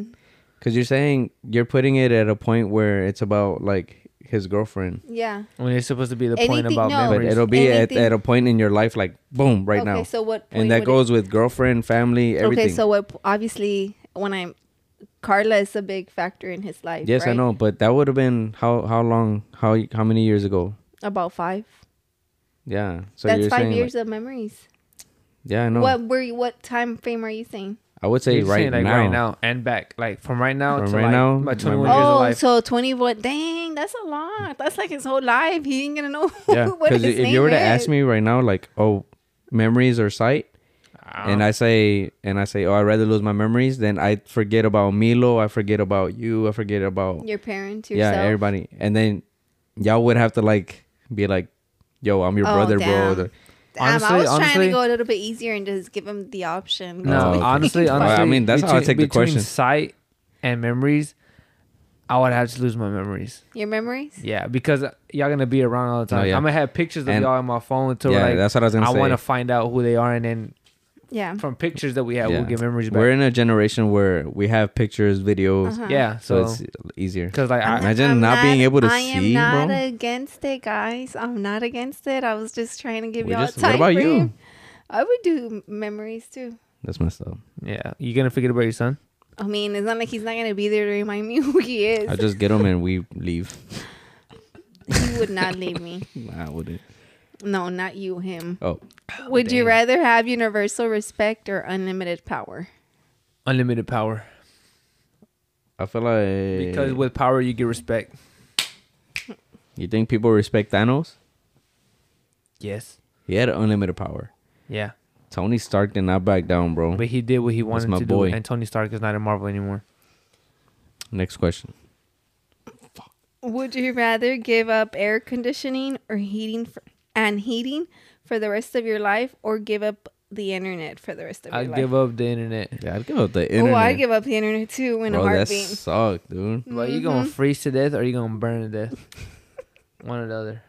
Because you're saying you're putting it at a point where it's about like his girlfriend. Yeah. when it's supposed to be the point Anything- about no. But memories. it'll be at, Anything- at a point in your life, like boom, right okay, now, so what point and that would it- goes with girlfriend, family, everything. Okay, so what obviously when I'm Carla is a big factor in his life. Yes, I right? know, but that would have been how how long how how many years ago? About five. Yeah, so that's you're five saying like- years of memories. yeah, I know. What were you, what time frame are you saying? I would say You're right saying, like now. right now and back, like from right now From to right like now, my 21 years of Oh, life. so twenty what? Dang, that's a lot. That's like his whole life. He ain't gonna know Yeah, what because his if name you were to is. ask me right now, like, oh, memories or sight, Uh-huh. and I say and I say, oh, I'd rather lose my memories, then I forget about Milo, I forget about you, I forget about your parents, yeah yourself. everybody, and then y'all would have to like be like, yo, I'm your Oh, brother, damn. bro. Damn, I Honestly- was trying honestly- to go a little bit easier and just give him the option. No, Oh, okay. honestly, honestly, Well, I mean, that's how I take the between question. Sight and memories, I would have to lose my memories. Your memories? Yeah, because y'all gonna be around all the Oh, time. yeah. I'm gonna have pictures of And- y'all on my phone until Yeah, like that's what I was gonna I say. want to find out who they are, and then Yeah. from pictures that we have, Yeah. we'll get memories back. We're in a generation where we have pictures, videos, Uh-huh. yeah, so, so it's easier. because like I, Imagine not being able to I see, am not bro. against it, guys. I'm not against it. I was just trying to give We y'all just- a what time about frame. you? I would do memories too. That's messed up. yeah, you gonna forget about your son. I mean, it's not like he's not gonna be there to remind me who he is. I just get them and we leave. he would not leave me. I wouldn't. No, not you, him. Oh, Would you dang. rather have universal respect or unlimited power? Unlimited power, I feel like because with power you get respect. you think people respect Thanos. Yes, He had unlimited power. yeah, Tony Stark did not back down, bro. but he did what he wanted my to boy. do, and Tony Stark is not in Marvel anymore. Next question. Would you rather give up air conditioning or heating for, and heating for the rest of your life, or give up the internet for the rest of I'd your give life? up the internet. Yeah, I'd give up the internet. Oh, I give up the internet too in a bro, that heartbeat. sucked, dude. Well, you Mm-hmm. gonna freeze to death or you gonna burn to death? One or the other.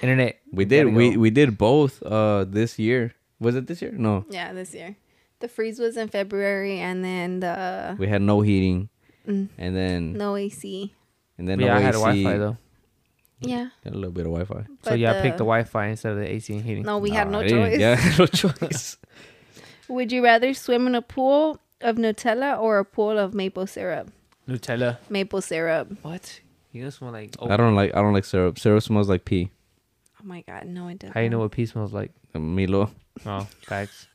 Internet. We you did. gotta We go. we did both. Uh, this year was it this year? No, Yeah, this year. The freeze was in February, and then the we had no heating, and then Mm. no AC. and then yeah, no I had a AC, Wi-Fi though, Yeah. and A little bit of Wi-Fi. so but yeah, I picked the the- Wi-Fi instead of the AC and heating. No, Oh, we had Nah, no I didn't. choice. Yeah, no choice. Would you rather swim in a pool of Nutella or a pool of maple syrup? Nutella. Maple syrup. What? You just want like? I don't like. I don't like syrup. Syrup smells like pee. Oh my god, no, it doesn't. How you know what pee smells like? Milo. Oh, facts.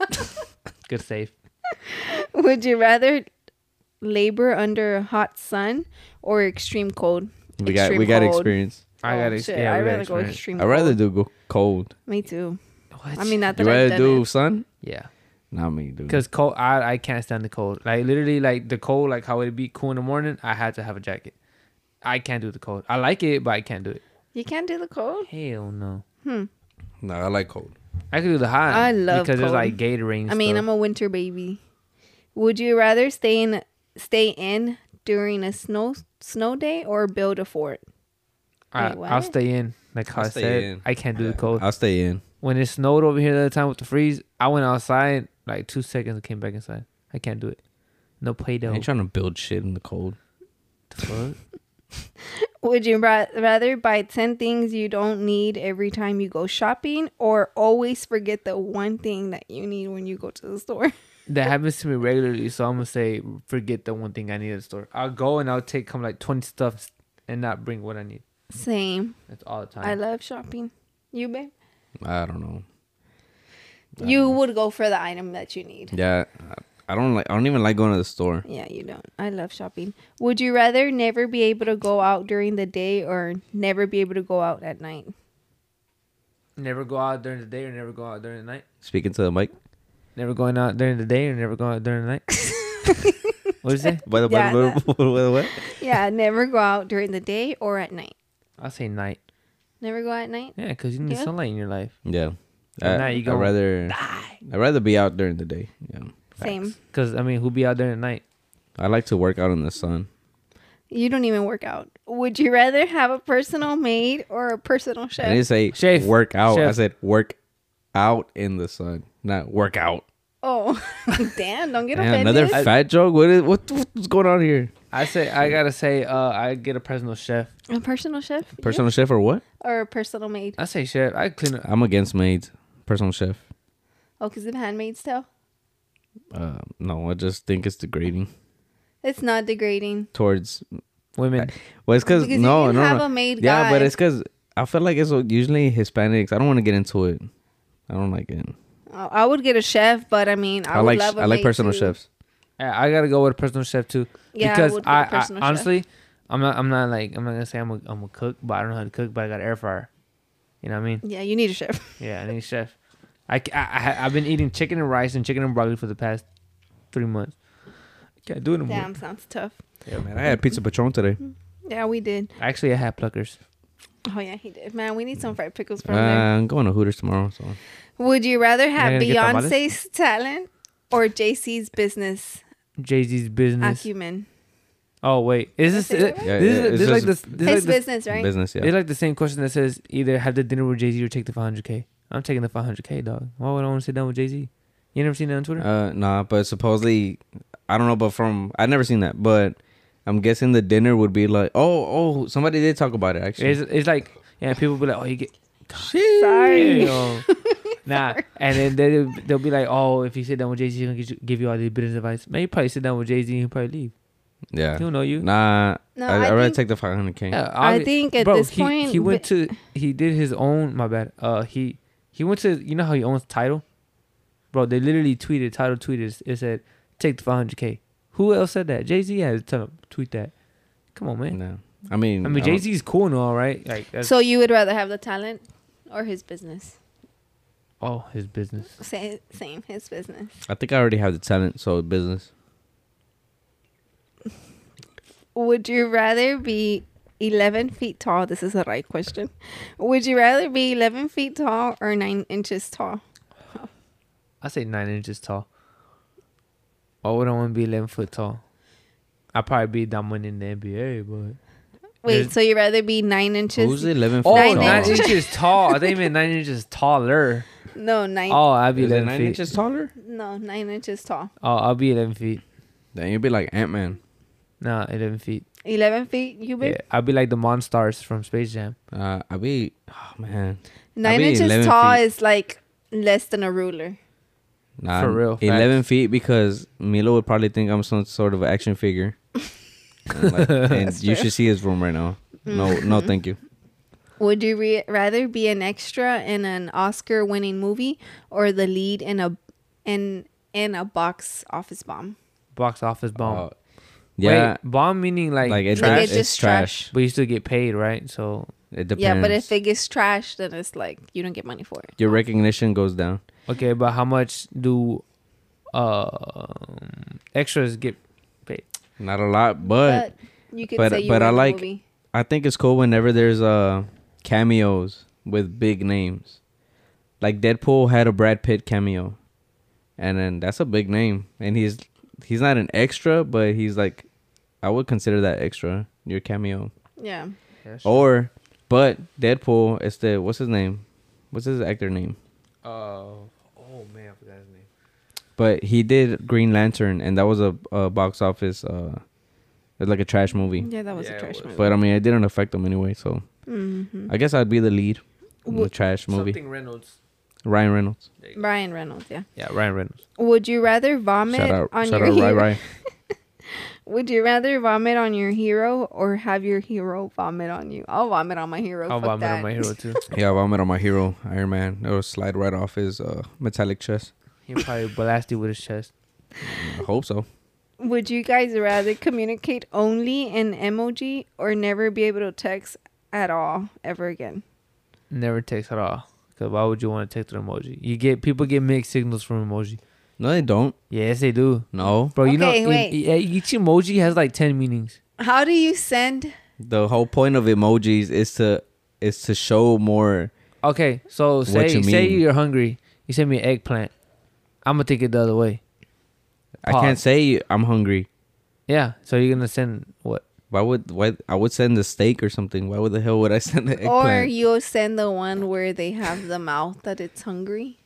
Good save. Would you rather labor under a hot sun or extreme cold? We got we Extreme got cold. experience. I Oh, got ex- shit, yeah, I'd we got rather go experience. extreme. I'd rather cold. do go cold. Me too. What? I mean, not that You I've rather done do it. sun? yeah, Not me, dude. because cold. I I can't stand the cold. Like literally, like the cold. Like how it be cool in the morning. I had to have a jacket. I can't do the cold. I like it, but I can't do it. You can't do the cold. Hell no. no, I like cold. I could do the hot. I love because there's cold. like Gatorade. and I mean, stuff. I'm a winter baby. Would you rather stay in stay in during a snow snow day or build a fort? I, Wait, what? I'll stay in. Like how I'll I stay said, in. I can't do the cold. I'll stay in. When it snowed over here the other time with the freeze, I went outside like two seconds and came back inside. I can't do it. No play I doh. ain't trying to build shit in the cold. The fuck? Would you ra- rather buy 10 things you don't need every time you go shopping or always forget the one thing that you need when you go to the store? That happens to me regularly, so I'm gonna say forget the one thing I need at the store. I'll go and I'll take come like twenty stuffs and not bring what I need. Same. That's all the I time. love shopping. You, babe? I don't know. You would go for the item that you need. Yeah, I- I don't like. I don't even like going to the store. Yeah, you don't. I love shopping. Would you rather never be able to go out during the day or never be able to go out at night? never go out during the day or never go out during the night. Speaking to the mic. Never going out during the day or never going out during the night. what is it? By the Yeah, by the- by the- by the way. Yeah, never go out during the day or at night. I'll say night. Never go at night? Yeah, because you need Yeah. sunlight in your life. Yeah. And I, now you I'd go- rather I'd rather be out during the day. Yeah. Same. Because I mean, who be out during the night? I like to work out in the sun. You don't even work out. Would you rather have a personal maid or a personal Eh, chef? I didn't say Chef. work out. I Chef. said work out in the sun, not work out. Oh, damn! Don't get Damn, offended. another fat joke. What is what, what's going on here? I say I gotta say uh I get a personal chef. a personal chef Personal chef or what? Yeah. or a personal maid? I say chef. I clean up. I'm against maids. Personal chef. Oh, because of handmaid's tale. Uh, no, I just think it's degrading It's not degrading. towards. women. Well, it's cause, Because you no, can no, have no. a maid yeah, guy. but it's cause I feel like it's usually Hispanics. I don't want to get into it. I don't like it. Oh, I would get a chef, but I mean, I, I, would like love a I like maid personal too. chefs. I, I gotta go with a personal chef too. Yeah, I because would get a I, I, personal chef. honestly, I'm not. I'm not like. I'm not gonna say I'm a, I'm a cook, but I don't know how to cook. But I got an air fryer. You know what I mean? Yeah, you need a chef. Yeah, I need a chef. I, ca- I, I have been eating chicken and rice and chicken and broccoli for the past three months. Can't do it anymore. Damn, sounds tough. Yeah, man. I had pizza patron today. Yeah, we did. Actually, I had pluckers. Oh yeah, he did. Man, we need some fried pickles Uh, from there. I'm going to Hooters tomorrow. So Would you rather have gonna get tamales? Beyonce's talent or JC's business Jay Z's business. acumen? Oh wait, is this Did I say this, that right? Yeah, is- yeah, this it's is like this? just His This is like the, business, right? business, yeah. they like the same question that says either have the dinner with Jay Z or take the 500k. I'm taking the 500k, dog. Why would I want to sit down with Jay Z? You never seen that on Twitter? Uh, nah, but supposedly, I don't know, but from I've never seen that, but I'm guessing the dinner would be like, oh, oh, somebody did talk about it actually. It's, it's like yeah, people be like, oh, you get Sorry. Damn. nah, and then they they'll be like, oh, if you sit down with Jay Z, he's gonna get you- give you all the business advice. Man, you probably sit down with Jay Z, he'll probably leave. yeah, He'll know you. nah, No, I, I I rather think- take the 500k. Yeah, I obvi- think at Bro, this he, point, he went to he did his own. My bad. Uh, he he went to you know how he owns title, bro. They literally tweeted title tweeted it said take the 500k. Who else said that? Jay Z had to tell him, tweet that. Ba- Come on, man. No, I mean, I mean, don't- Jay Z's cool and all, right? Like, that's, So you would rather have the talent or his business? oh, his business. Sa- Same, his business. I think I already have the talent, so business. Would you rather be 11 feet tall? This is the right question. Would you rather be 11 feet tall or 9 inches tall? I say nine inches tall. Why would I want to be 11 foot tall? I'd probably be dominant in the NBA, but Wait, Is- so you'd rather be 9 Who's inches? 11 oh, feet nine Nine tall? inches. inches tall. I think meant nine inches taller. No, 9 Oh, I'd be Is it 11 nine feet. inches taller? No, 9 inches tall. Oh, I'll be 11 feet. Then you'd be like Ant Man. Nah, 11 feet. 11 feet, you Yeah, babe? I'll be like the Monstars from Space Jam. Uh, I'd be, oh man, 9 be inches 11 tall feet. is like less than a ruler. nah, For real, Eleven feet because Milo would probably think I'm some sort of action figure. and like- and That's you fair. Mm-hmm. should see his room right now. No, no, thank you. Would you re- rather be an extra in an Oscar-winning movie or the lead in a in in a box office bomb? Box office bomb. Uh, yeah, Wait, bomb meaning like, like it Like trash. it's it's just trash. trash. but you still get paid, right? So It depends. Yeah, but if it gets trashed, then it's like you don't get money for it. your recognition goes down, okay, but how much do um extras get paid? not a lot, but, you could but- say you but I won the like- movie. I think it's cool whenever there's uh cameos with big names. Like Deadpool had a Brad Pitt cameo, and then that's a big name, and he's he's not an extra, but he's like, I would consider that extra your cameo. Yeah, Oh. Or, but Deadpool is the what's his name? What's his actor name? oh, oh man, I forgot his name. But he did Green Lantern, and that was a, a box office uh, It's like a trash movie. Yeah, that was Yeah, a it trash was. movie. But I mean, it didn't affect them anyway. So Mhm. I guess I'd be the lead in the Would- trash movie. Something Reynolds. Ryan Reynolds. Ryan Reynolds, yeah. Yeah, Ryan Reynolds. Would you rather vomit Shout out, on shout your out, Rai hero? Rai. Would you rather vomit on your hero or have your hero vomit on you? I'll vomit on my hero. I'll fuck vomit on that. my hero too. Yeah, vomit on my hero, Iron Man. It'll slide right off his uh, metallic chest. He'll probably blast you with his chest. I hope so. Would you guys rather communicate only in emoji or never be able to text at all ever again? Never text at all. Cause why would you want to text an emoji? You get people get mixed signals from emoji. No, they don't. Yes, They do, No, bro. You Okay, know, wait. e- e- each emoji has like ten meanings. How do you send? the whole point of emojis is to is to show more. Okay, so say you say mean? you're hungry. You send me an eggplant. I'm gonna take it the other way. I can't Pause. say I'm hungry. Yeah. So you're gonna send what? Why would why I would send the steak or something? Why would the hell would I send the Or eggplant? you'll send the one where they have the mouth that it's hungry.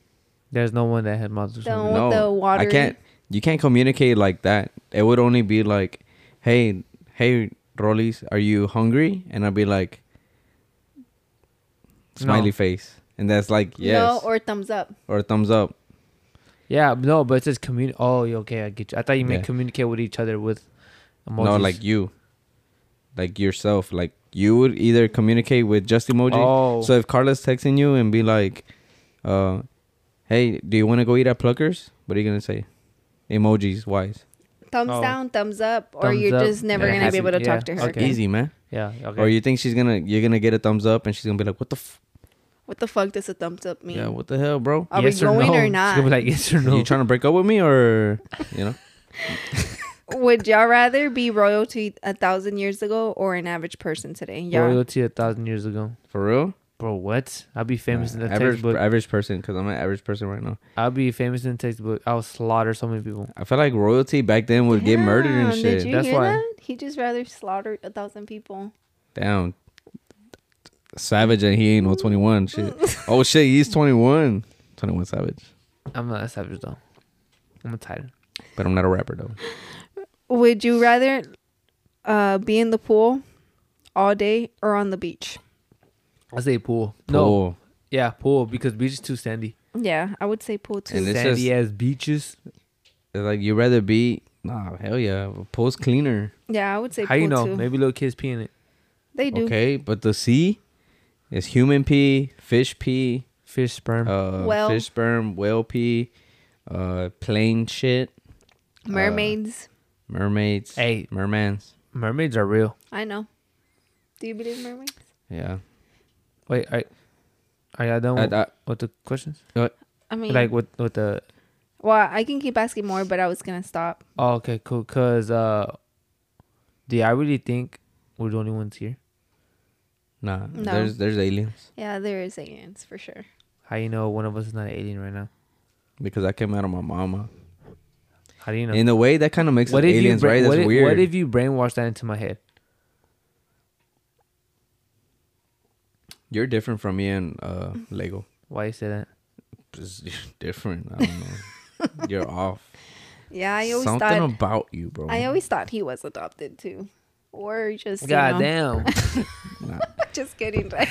There's no one that had multiple. Don't. meanings. with the I watery- can't. You can't communicate like that. It would only be like, "Hey, hey, Rollies, are you hungry?" And I'd be like, No. smiley face, and that's like yes No, or, or thumbs up. thumbs up. Yeah, no, but it says communicate. Oh, yeah, okay, I get you. I thought you meant Yeah. communicate with each other with emojis. No, like you, like yourself. Like you would either communicate with just emoji. Oh. So if Carla's texting you and be like, uh, "Hey, do you want to go eat at Pluckers?" What are you gonna say? Emojis wise, Thumbs Oh. down, thumbs up, or Thumbs you're up. just never Yeah, gonna be happy- able to yeah, talk to her. okay. again. easy man. yeah, okay. Or you think she's gonna you're gonna get a thumbs up and she's gonna be like, "What the f- What the fuck does a thumbs up mean? yeah? What the hell, bro? Are we going or no? It's gonna not? be like yes or no. You trying to break up with me or you know?" Would y'all rather be royalty a thousand years ago or an average person today? Yeah. royalty a thousand years ago, For real, bro. What? I'll be famous in the average textbook. average person because I'm an average person right now. I'll be famous in the textbook. I'll slaughter so many people. I feel like royalty back then would get murdered and Damn, shit. Did you That's hear why. that? He just rather slaughtered a thousand people. Down. Savage and he ain't no 21. Shit. Oh shit, he's 21. 21 Savage. I'm not a savage though. I'm a titan. But I'm not a rapper though. Would you rather uh, be in the pool all day or on the beach? I say pool. No, Pool. yeah, pool because beach is too sandy. Yeah, I would say pool too. And it's sandy just- ass beaches. It's Like you rather be nah, hell yeah. Pool's cleaner. yeah, I would say How pool you know? too. Maybe little kids peeing it. They do. Okay, but the sea is human pee, fish pee, Fish sperm. uh Whale. fish sperm, whale pee, uh plain shit, Uh, Mermaids. mermaids, Hey. mermans. Mermaids are real. I know. Do you believe in mermaids? Yeah. Wait, are, are y'all done I- with, I- with the questions? I mean, Like with with the well, I can keep asking more, but I was gonna stop. oh, okay, cool. Cause uh, do I really think we're the only ones here? Nah. No. There's there's aliens. Yeah, there is aliens for sure. How you know one of us is not an alien right now? Because I came out of my mama. How do you know? In a way, that kind of makes what us if aliens, you bra- right? what That's if, weird. What if you brainwash that into my head? You're different from me and uh, Lego. Why you say that? Just different. I don't know. You're off. Yeah, I always Something thought. about you, bro. I always thought he was adopted too, or just. God God you know, damn. Just kidding. Right?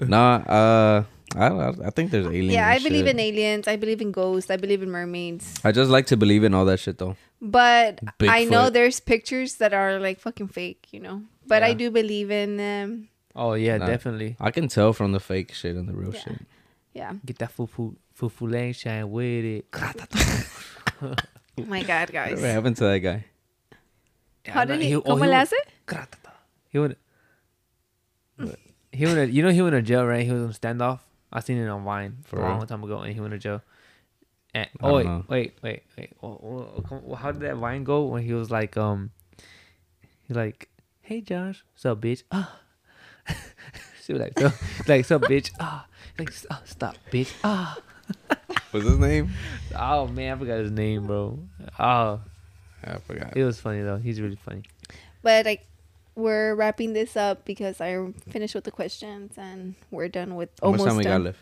nah. Uh, I don't. I think there's aliens. yeah, I and believe shit. in aliens. I believe in ghosts. I believe in mermaids. I just like to believe in all that shit, though. But I know Bigfoot. there's pictures that are like fucking fake, you know. But I Yeah. do believe in them. oh yeah, Nah. definitely. I can tell from the fake shit and the real Yeah. shit. Yeah. Get that fufu fufu lang shine with it. Oh my God, guys. Whatever happened to that guy? How did he? oh, ¿Cómo le went- hace? He went. He went. To, you know, he went to jail, right? He was on standoff. I seen it on Vine For for a long real? time ago, and he went to jail. And, I oh wait, don't wait, wait, wait. Oh, oh, come- well, How did that Vine go when he was like, um, he like, hey Josh, what's up, bitch? Ah, she was like, so, like, so bitch? Ah, like, "S- oh, stop, bitch. Ah, What's his name? oh man, I forgot his name, bro. Oh, Ah, I forgot. it was funny though. He's really funny. But like, we're wrapping this up because I finished with the questions and we're done with How much almost time we got done.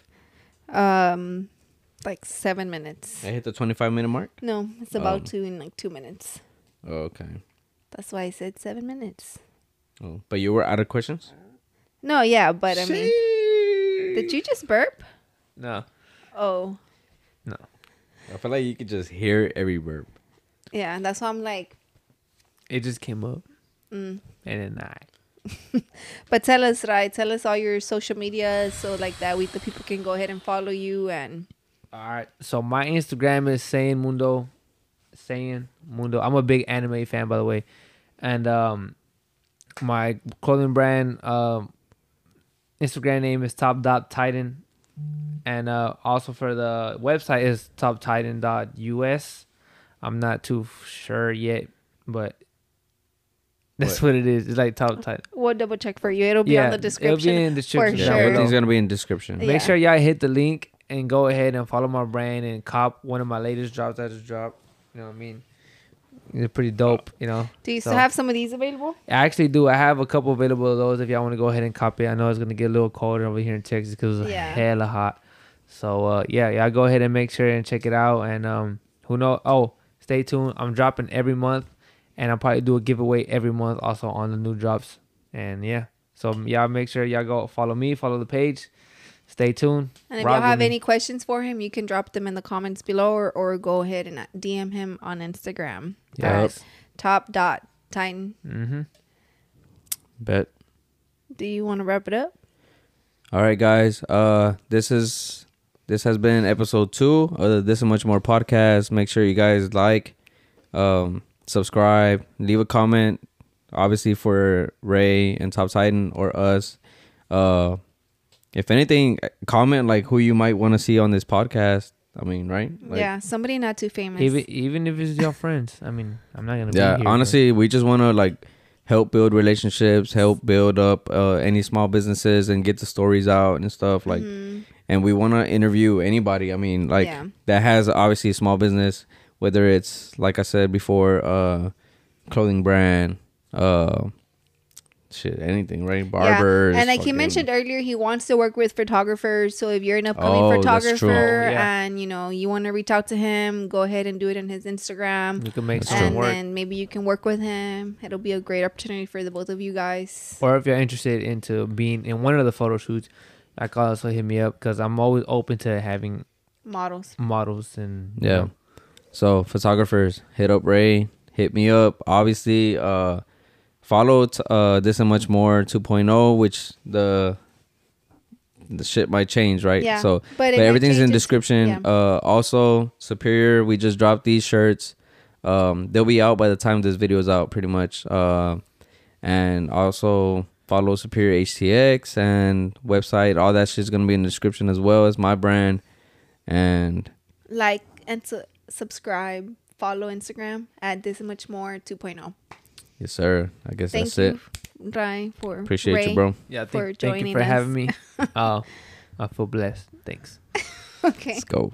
left? Um, like seven minutes. I hit the 25 minute mark. No, it's about Oh. to in like two minutes. Okay. That's why I said seven minutes. Oh, but you were out of questions. No, yeah, but I mean, did Sheesh. you just burp? No. Oh, I feel like you could just hear every verb. yeah. That's why I'm like, It just came up. Mm. And then I. But tell us, right? Tell us all your social media so like that we the people can go ahead and follow you and All right. So my Instagram is saying Mundo, saying Mundo. I'm a big anime fan, by the way, and um, my clothing brand um, Instagram name is Top Dot Titan, and uh, also for the website is TopTitan.us. I'm not too sure yet, but that's what, it is. It's like Top Titan. we'll double check for you. It'll be on the description. It'll be in the description. Yeah, Yeah, Sure. everything's everything's gonna be in description. Yeah. Make sure y'all hit the link and go ahead and follow my brand and cop one of my latest drops I just dropped. You know what I mean? They're pretty dope, you know. Do you still So- have some of these available? I actually do. I have a couple available of those if y'all want to go ahead and copy. I know it's gonna get a little colder over here in Texas because it's Yeah. hella hot. So uh, yeah, y'all go ahead and make sure and check it out. And um, who know? Oh, stay tuned. I'm dropping every month, and I'll probably do a giveaway every month also on the new drops. And yeah, so y'all make sure y'all go follow me, follow the page. Stay tuned. And if Rock y'all have with me. any questions for him, you can drop them in the comments below or, or go ahead and DM him on Instagram. Yep. at Top dot Titan. Mm-hmm. Bet. Do you want to wrap it up? All right, guys. Uh, this is this has been episode two of the This and Much More podcast. Make sure you guys like, um, subscribe, leave a comment. Obviously for Ray and Top Titan or us. Uh, if anything, comment like who you might want to see on this podcast. I mean, right? Like, yeah, somebody not too famous. Even even if it's your friends, I mean, I'm not gonna. yeah be here, honestly we just want to like help build relationships help build up uh, any small businesses and get the stories out and stuff like Mhm. and we want to interview anybody i mean like Yeah. that has obviously a small business whether it's like i said before uh clothing brand uh shit anything right barber And like he mentioned earlier, he wants to work with photographers. So if you're an upcoming Oh, that's true. photographer Oh, yeah. and you know you want to reach out to him, go ahead and do it on his Instagram. but you can make That's something and true. work. then maybe you can work with him. It'll be a great opportunity for the both of you guys. Or if you're interested into being in one of the photo shoots, I can also hit me up because I'm always open to having Models. models and you Yeah. know. So photographers, hit up Ray, hit me up. Obviously, uh, follow t- uh this and much more 2.0, which the the shit might change, right? Yeah. So, But but, it might everything's in change, description. yeah. Uh, also Superior, we just dropped these shirts. Um, they'll be out by the time this video is out, pretty much. Uh, and also follow Superior HTX and website. All that shit's gonna be in the description as well as my brand. And Like and su- subscribe. Follow Instagram at this and much more 2.0. Yes, sir. I guess Thank that's you, it. Ryan, for Appreciate Ray. you, bro. Yeah, thank, For thank you joining for us. having me. Oh, I feel blessed. Thanks. Okay. Let's go.